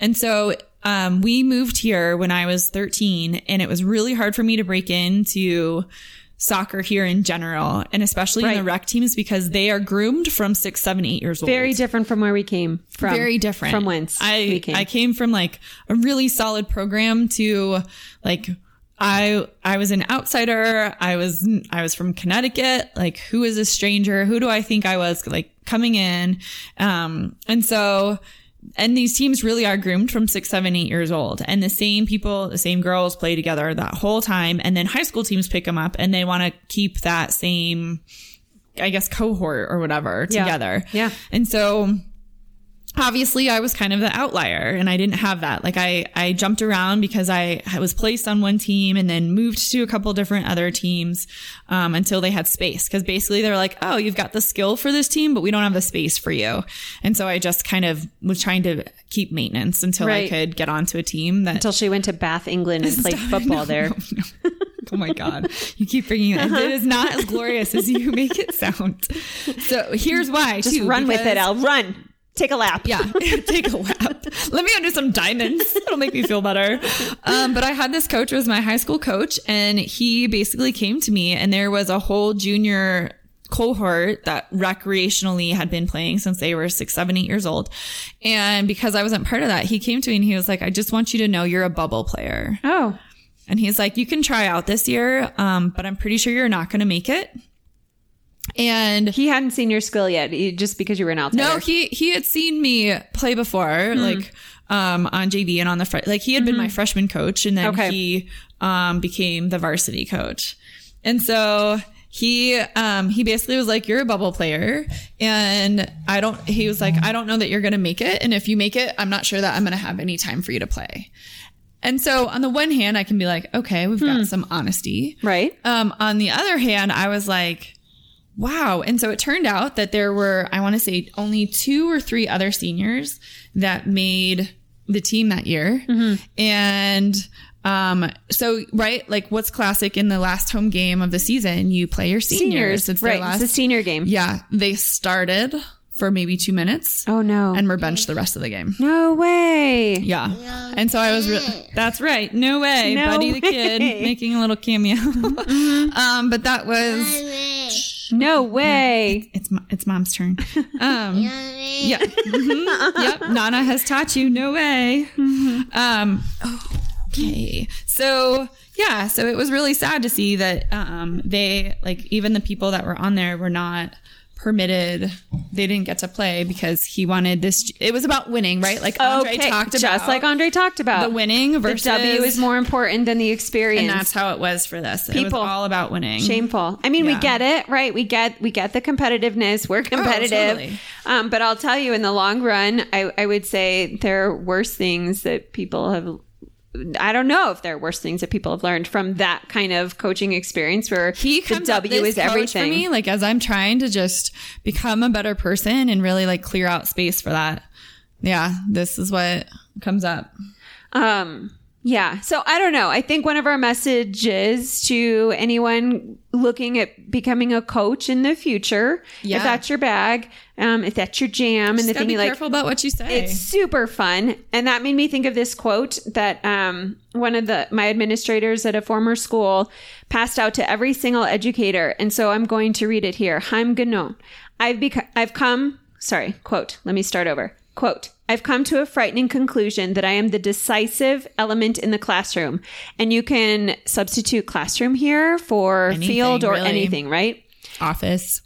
And so, um, we moved here when I was 13 and it was really hard for me to break into soccer here in general and especially in the Right. rec teams because they are groomed from six, seven, eight years old Very different from where we came from. very different From whence I we came. I came from like a really solid program to like I I was an outsider. I was I was from Connecticut. Like who is a stranger? Who do I think I was like coming in? Um and so and these teams really are groomed from six, seven, eight years old. And the same people, the same girls play together that whole time. And then high school teams pick them up and they want to keep that same, I guess, cohort or whatever Yeah. together. Yeah. And so obviously I was kind of the outlier and I didn't have that. Like I, I jumped around because I, I was placed on one team and then moved to a couple different other teams, um, until they had space. Cause basically they're like, Oh, you've got the skill for this team, but we don't have the space for you. And so I just kind of was trying to keep maintenance until I Right. could get onto a team that Until she went to Bath, England and played football there. Oh my God. You keep bringing that. Uh-huh. It is not as glorious as you make it sound. So here's why. Just too, run with it, because- Al. Run. Take a lap. Yeah, take a lap. Let me under some diamonds. It'll make me feel better. Um, but I had this coach who was my high school coach, and he basically came to me, and there was a whole junior cohort that recreationally had been playing since they were six, seven, eight years old. And because I wasn't part of that, he came to me and he was like, I just want you to know you're a bubble player. Oh. And he's like, you can try out this year, um, but I'm pretty sure you're not going to make it. And He hadn't seen your skill yet, he- just because you were an outsider. no, he he had seen me play before, like um on JV and on the fr- like he had been my freshman coach, and then Okay. he um became the varsity coach, and so he um he basically was like, "You're a bubble player," and I don't. He was like, "I don't know that you're gonna make it, and if you make it, I'm not sure that I'm gonna have any time for you to play." And so, on the one hand, I can be like, "Okay, we've got some honesty, right? um, on the other hand, I was like, wow. And so it turned out that there were, I want to say, only two or three other seniors that made the team that year. Mm-hmm. And um, so, right, like what's classic in the last home game of the season, you play your seniors. Seniors. It's their right. last- It's a senior game. yeah. They started for maybe two minutes Oh, no. and were benched the rest of the game. no way. Yeah. and so I was, re- that's right. No way. No Buddy the Kid way. Mm-hmm. making a little cameo. um, but that was, No way. it's, mo- it's mom's turn. Um, yeah. Mhm. Yep. Nana has taught you. No way. Mm-hmm. Um, okay. So yeah. So it was really sad to see that, um, they like, even the people that were on there were not, permitted they didn't get to play because he wanted this it was about winning right like Andre okay. talked about just like Andre talked about. the winning versus the W is more important than the and experience. that's how it was for this. It was People. all about winning. shameful. I mean, we Yeah. Oh, get it, right? We get we get the competitiveness. We're competitive, totally. um, but I'll tell you, in the long run, I, I would say there are worse things that people have. I don't know if there are worse things that people have learned from that kind of coaching experience where He the comes up W this is coach everything. for me, like as I'm trying to just become a better person and really like clear out space for that. Yeah, this is what comes up. Um, yeah. So I don't know. I think one of our messages to anyone looking at becoming a coach in the future, Yeah. if that's your bag, um, if that's your jam, and the Just gotta thing be you like, careful about what you say. it's super fun and that made me think of this quote that um, one of the my administrators at a former school passed out to every single educator and so i'm going to read it here i'm ganon i've become i've come sorry quote let me start over quote I've come to a frightening conclusion that I am the decisive element in the classroom. And you can substitute classroom here for Anything, field or really. anything, right? Office.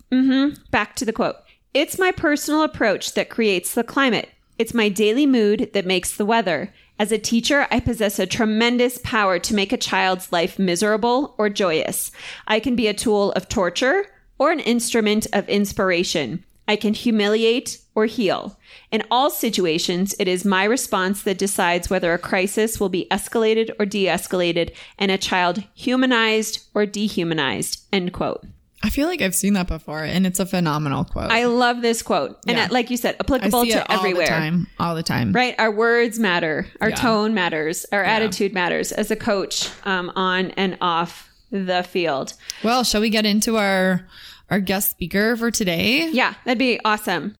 Back to the quote It's my personal approach that creates the climate, it's my daily mood that makes the weather. As a teacher, I possess a tremendous power to make a child's life miserable or joyous. I can be a tool of torture or an instrument of inspiration. I can humiliate or heal. In all situations, it is my response that decides whether a crisis will be escalated or de escalated and a child humanized or dehumanized. End quote. I feel like I've seen that before, and it's a phenomenal quote. I love this quote. And Yeah. uh, like you said, I applicable see to it all everywhere. the time. All the time. Right? Our words matter, our Yeah. tone matters, our attitude matters as a coach um, on and off the field. Well, shall we get into our our guest speaker for today? Yeah, that'd be awesome.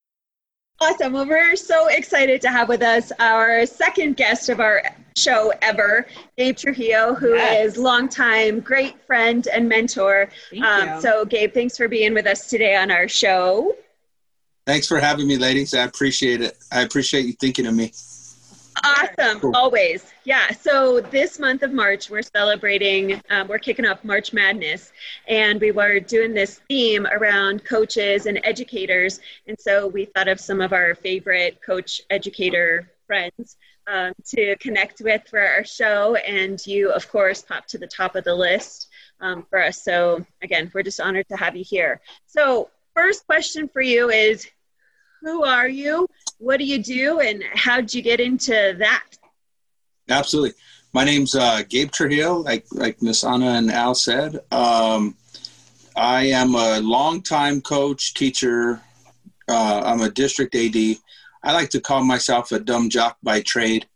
Awesome. Well, we're so excited to have with us our second guest of our show ever, Gabe Trujillo, who is longtime great friend and mentor. Um, so, Gabe, thanks for being with us today on our show. Thanks for having me, ladies. I appreciate it. I appreciate you thinking of me. Awesome, Cool. always. Yeah, so this month of March, we're celebrating, um, we're kicking off March Madness, and we were doing this theme around coaches and educators. And so we thought of some of our favorite coach educator friends um, to connect with for our show. And you, of course, popped to the top of the list um, for us. So again, we're just honored to have you here. So, first question for you is who are you? what do you do and how did you get into that Absolutely. My name's uh, Gabe Trujillo, like like Miss Anna and Al said. Um, I am a longtime coach, teacher. Uh, I'm a district AD. I like to call myself a dumb jock by trade.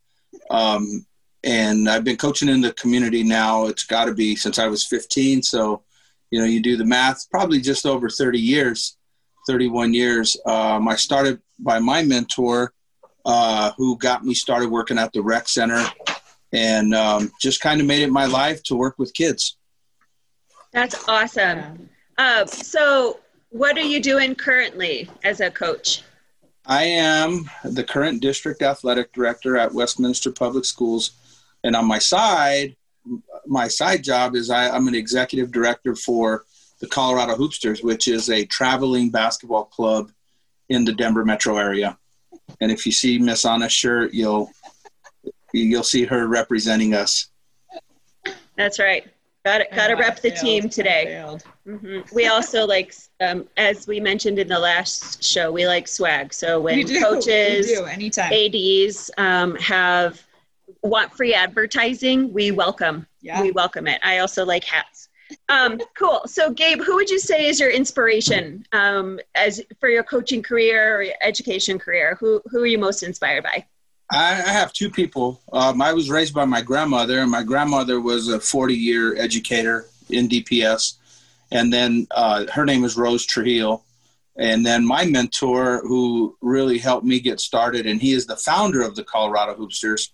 Um, and I've been coaching in the community now. It's got to be since I was 15. So, you know, you do the math, probably just over 30 years, 31 years. Um, I started by my mentor, uh, who got me started working at the rec center and um, just kind of made it my life to work with kids. that's awesome uh, so what are you doing currently as a coach I am the current district athletic director at Westminster Public Schools. And on my side, my side job is I, I'm an executive director for the Colorado Hoopsters, which is a traveling basketball club in the Denver metro area. And if you see Miss Anna's shirt, you'll you'll see her representing us. that's right got to got to rep the team today hmm we also like um, as we mentioned in the last show we like swag so when We do. coaches We do anytime. ads um, have want free advertising we welcome yeah. we welcome it. I also like hats. Um, cool. So, Gabe, who would you say is your inspiration um, as for your coaching career or your education career? Who who are you most inspired by? I, I have two people. Um, I was raised by my grandmother, and my grandmother was a 40 year educator in DPS. And then uh, her name is Rose Trujillo. And then my mentor, who really helped me get started, and he is the founder of the Colorado Hoopsters.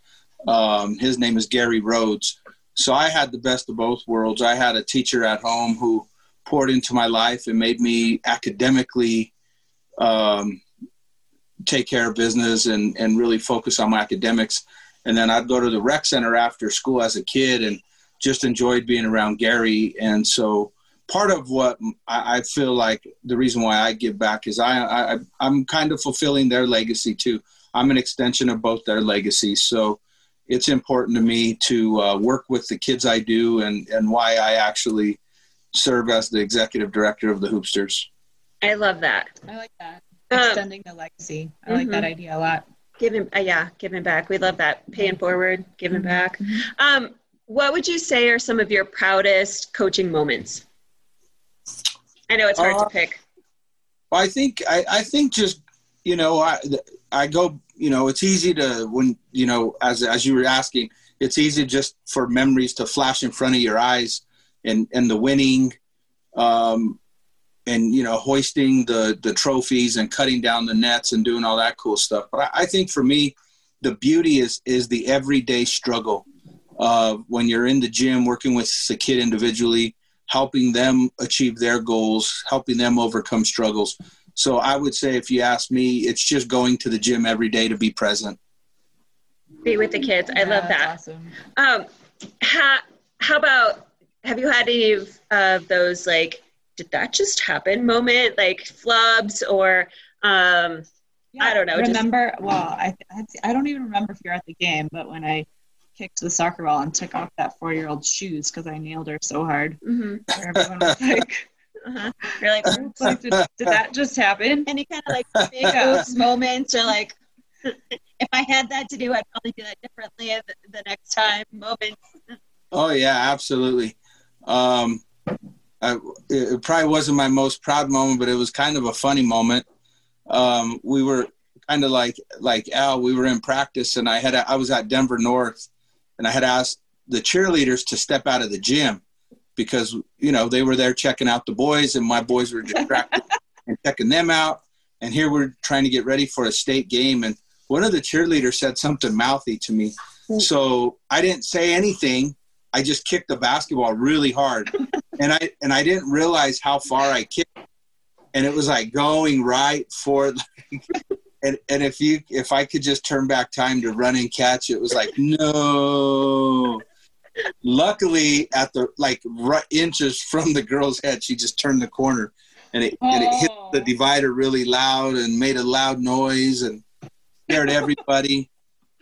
Um, his name is Gary Rhodes. So I had the best of both worlds. I had a teacher at home who poured into my life and made me academically um, take care of business and, and really focus on my academics. And then I'd go to the rec center after school as a kid and just enjoyed being around Gary. And so part of what I, I feel like the reason why I give back is I, I, I'm kind of fulfilling their legacy too. I'm an extension of both their legacies. So it's important to me to uh, work with the kids I do and, and why I actually serve as the executive director of the Hoopsters. I love that. I like that. Um, Extending the legacy. I like mm-hmm. that idea a lot. giving, uh, yeah, giving back. We love that. Paying forward, giving back. Um, what would you say are some of your proudest coaching moments? I know it's hard Uh, to pick. Well, I think I, I think just you know I I go you know it's easy to when you know as as you were asking it's easy just for memories to flash in front of your eyes and and the winning um and you know hoisting the the trophies and cutting down the nets and doing all that cool stuff but I, I think for me the beauty is is the everyday struggle uh when you're in the gym working with the kid individually helping them achieve their goals helping them overcome struggles So I would say, if you ask me, it's just going to the gym every day to be present. Be with the kids. I Yeah, love that's that. Awesome. Um, how, how about have you had any of, of those like did that just happen moment like flubs or um I don't know, just- Remember? Well, I I I don't even remember if you're at the game, but when I kicked the soccer ball and took off that four year old shoes because I nailed her so hard, mhm, where everyone was like, uh-huh. you're like it's like, did, did that just happen? any kind of like big oops moments or like if I had that to do I'd probably do that differently the, the next time moment Oh yeah, absolutely. Um, I, it it probably wasn't my most proud moment, but it was kind of a funny moment. Um, we were kind of like like Al. We were in practice, and I had I was at Denver North, and I had asked the cheerleaders to step out of the gym because you know they were there checking out the boys, and my boys were distracted and checking them out. And here we're trying to get ready for a state game, and one of the cheerleaders said something mouthy to me. So I didn't say anything. I just kicked the basketball really hard, and I and I didn't realize how far I kicked, and it was like going right for. Like, and and if you if I could just turn back time to run and catch, it was like no. Luckily, at the like right inches from the girl's head, she just turned the corner, and it and it hit Oh. the divider really loud and made a loud noise and scared everybody.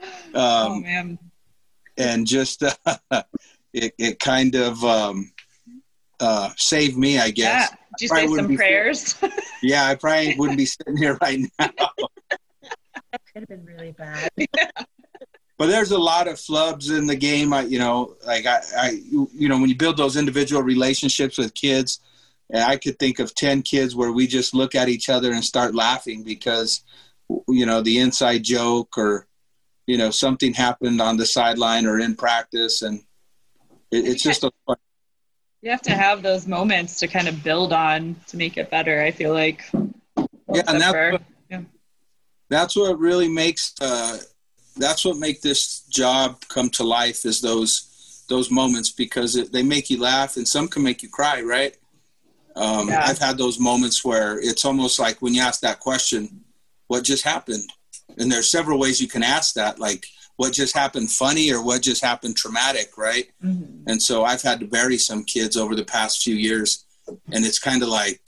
Um, oh man, and just uh, it, it kind of um, uh, saved me, I guess. yeah. Did you Probably say wouldn't some be fair. prayers? Yeah, I probably wouldn't be sitting here right now. could have been really bad But there's a lot of flubs in the game. I, you know, like I, I, you know, when you build those individual relationships with kids, and I could think of ten kids where we just look at each other and start laughing because, you know, the inside joke or, you know, something happened on the sideline or in practice, and it, it's just a fun you have to have those moments to kind of build on to make it better. I feel like. Yeah, and that's Except what- that's what really makes uh, that's what make this job come to life is those those moments because it, they make you laugh and some can make you cry right um, Yeah. i've had those moments where it's almost like when you ask that question what just happened and there's several ways you can ask that like what just happened funny or what just happened traumatic right for- Mhm. and so I've had to bury some kids over the past few years. And it's kind of like,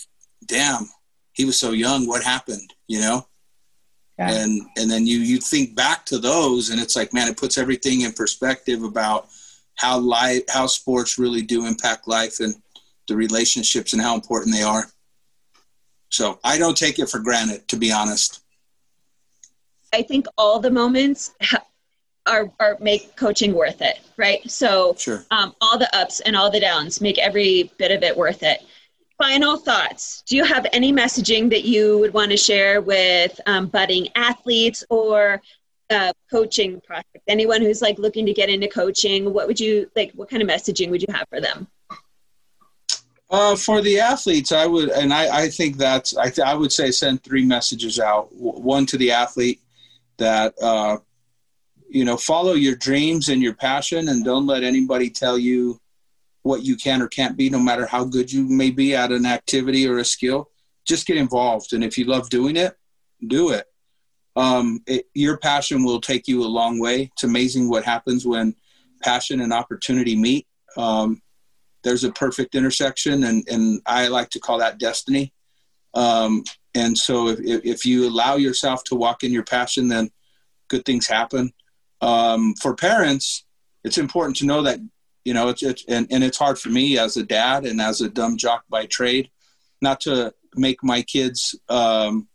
damn, he was so young. What happened? You know? Yeah. And, and then you, you think back to those and it's like, man, it puts everything in perspective about how life, how sports really do impact life and the relationships and how important they are. So I don't take it for granted, to be honest. I think all the moments ha- are, are make coaching worth it, right? So Sure. um, all the ups and all the downs make every bit of it worth it. Final thoughts. Do you have any messaging that you would want to share with um, budding athletes or uh, coaching prospects? Anyone who's like looking to get into coaching, what would you like? What kind of messaging would you have for them? Uh, for the athletes, I would, and I, I think that's, I, th- I would say send three messages out. W- One to the athlete that, uh, you know, follow your dreams and your passion and don't let anybody tell you what you can or can't be, no matter how good you may be at an activity or a skill. Just get involved. And if you love doing it, do it. Um, it your passion will take you a long way. It's amazing what happens when passion and opportunity meet. Um, there's a perfect intersection and, and i like to call that destiny um, and so if, if if you allow yourself to walk in your passion then good things happen um, for parents it's important to know that you know it's, it's and, and it's hard for me as a dad and as a dumb jock by trade not to make my kids um,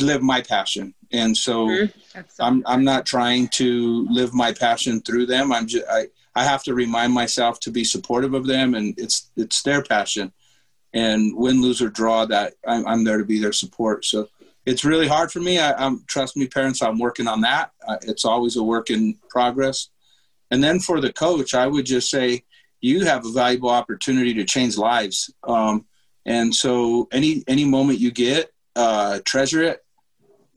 live my passion and so Mhm. That's so- I'm I'm not trying to live my passion through them. I'm just I, I have to remind myself to be supportive of them, and it's it's their passion. And win, lose or draw, that I'm, I'm there to be their support. So it's really hard for me. I, I'm trust me, parents. I'm working on that. Uh, it's always a work in progress. And then for the coach, I would just say you have a valuable opportunity to change lives. Um, and so any any moment you get, uh, treasure it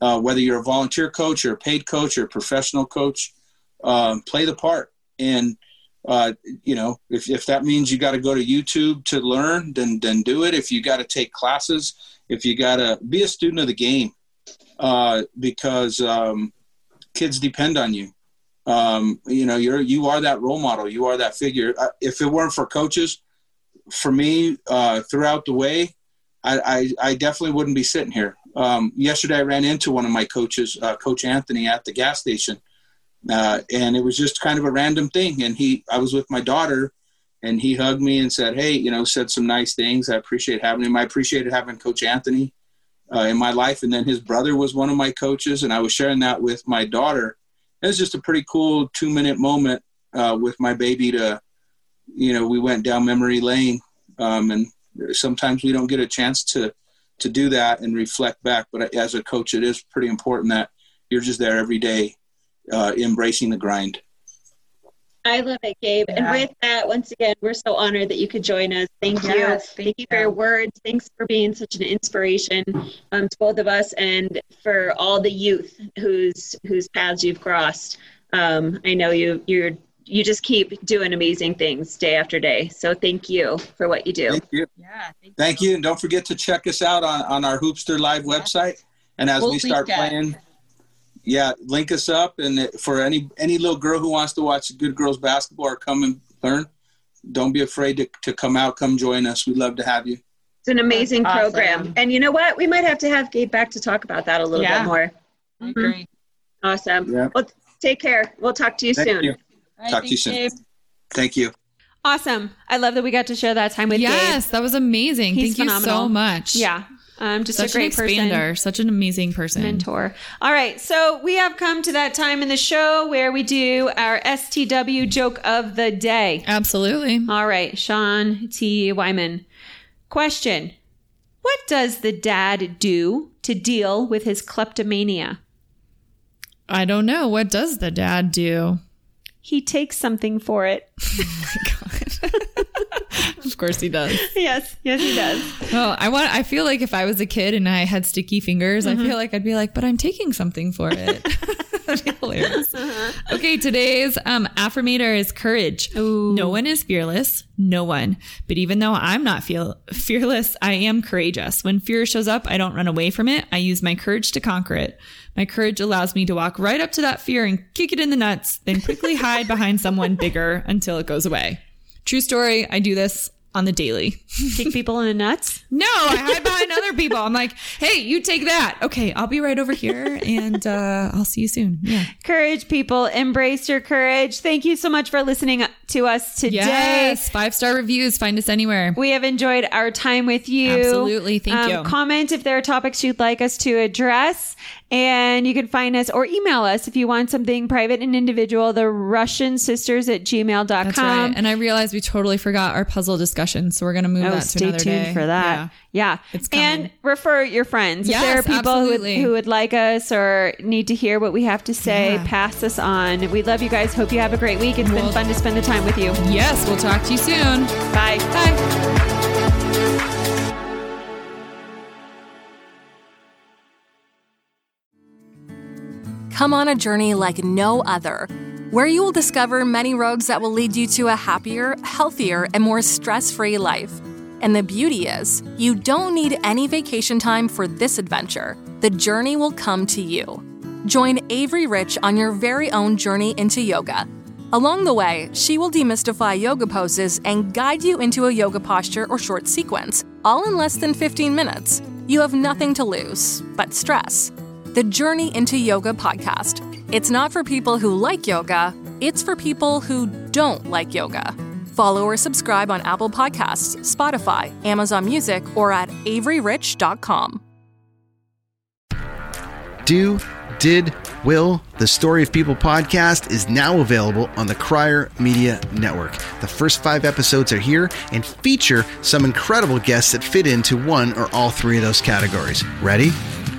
uh, whether you're a volunteer coach or a paid coach or a professional coach, um, play the part. And uh, you know, if, if that means you got to go to YouTube to learn, then then do it. If you got to take classes, if you got to be a student of the game, uh, because um, kids depend on you. Um, you know, you're you are that role model. You are that figure. Uh, If it weren't for coaches, for me uh, throughout the way, I, I I definitely wouldn't be sitting here. Um, yesterday, I ran into one of my coaches, uh, Coach Anthony, at the gas station uh, and it was just kind of a random thing. And he, I was with my daughter, and he hugged me and said, "Hey, you know, said some nice things. I appreciate having him. I appreciated having Coach Anthony uh, in my life, and then his brother was one of my coaches, and I was sharing that with my daughter. It was just a pretty cool two minute moment uh, with my baby. To, you know, we went down memory lane, um, and sometimes we don't get a chance to to do that and reflect back. But as a coach, it is pretty important that you're just there every day uh, embracing the grind. I love it, Gabe. And Yeah. with that, once again, we're so honored that you could join us. Thank you. Yes, thank Thank you for you. your words. Thanks for being such an inspiration um, to both of us and for all the youth whose whose paths you've crossed. Um, I know you you're you just keep doing amazing things day after day. So thank you for what you do. Thank you. Yeah. Thank you. And don't forget to check us out on, on our Hoopster Live website. And as We'll we start link up. playing, yeah, link us up. And it- for any any little girl who wants to watch good girls basketball or come and learn, don't be afraid to, to come out, come join us. We'd love to have you. It's an amazing That's awesome. program. And you know what? We might have to have Gabe back to talk about that a little Yeah. bit more. Mm-hmm. I agree. Awesome. Yeah. Well, take care. We'll talk to you Thank soon. you. All right, Talk to you thanks, soon. Gabe. Thank you. Awesome. I love that we got to share that time with Gabe. yes, that was amazing. He's Thank you phenomenal. so much. Yeah. Um, just Such a great an expander, person. such an amazing person. Mentor. All right. So we have come to that time in the show where we do our STW joke of the day. Absolutely. All right. Sean T. Wyman. Question What does the dad do to deal with his kleptomania? I don't know. What does the dad do? He takes something for it. Of course he does. yes. Yes, he does. Well, I want I feel like if I was a kid and I had sticky fingers, I feel like I'd be like, but I'm taking something for it. That'd be hilarious. Okay, today's um affirmator is courage. No one is fearless, no one. But even though I'm not feel fearless, I am courageous. When fear shows up, I don't run away from it. I use my courage to conquer it. My courage allows me to walk right up to that fear and kick it in the nuts, then quickly hide behind someone bigger until it goes away. True story, I do this on the daily. Kick people in the nuts. No, I hide behind other people. I'm like, hey, you take that. Okay, I'll be right over here and uh, I'll see you soon. Yeah. Courage, people. Embrace your courage. Thank you so much for listening to us today. Yes. Five star reviews. Find us anywhere. We have enjoyed our time with you. Um, Absolutely. Thank you. Comment if there are topics you'd like us to address. And you can find us or email us if you want something private and individual, the Russian sisters at gmail.com. That's right. And I realized we totally forgot our puzzle discussion. So we're going to move Oh, that to stay another tuned day. for that. Yeah. It's coming. and refer your friends. if Yes, there are people who, absolutely. who would like us or need to hear what we have to say, Yeah. pass us on. We love you guys. Hope you have a great week. It's been Well- fun to spend the time with you. Yeah. Yes. We'll talk to you soon. Bye. Bye. Come on a journey like no other, where you will discover many roads that will lead you to a happier, healthier, and more stress free life. And the beauty is, you don't need any vacation time for this adventure. The journey will come to you. Join Avery Rich on your very own journey into yoga. Along the way, she will demystify yoga poses and guide you into a yoga posture or short sequence, all in less than 15 minutes. You have nothing to lose but stress the Journey into Yoga podcast. It's not for people who like yoga, it's for people who don't like yoga. Follow or subscribe on Apple Podcasts, Spotify, Amazon Music, or at averyrich.com. Do, Did, Will, the Story of People podcast is now available on the Crier Media Network. The first five episodes are here and feature some incredible guests that fit into one or all three of those categories. Ready?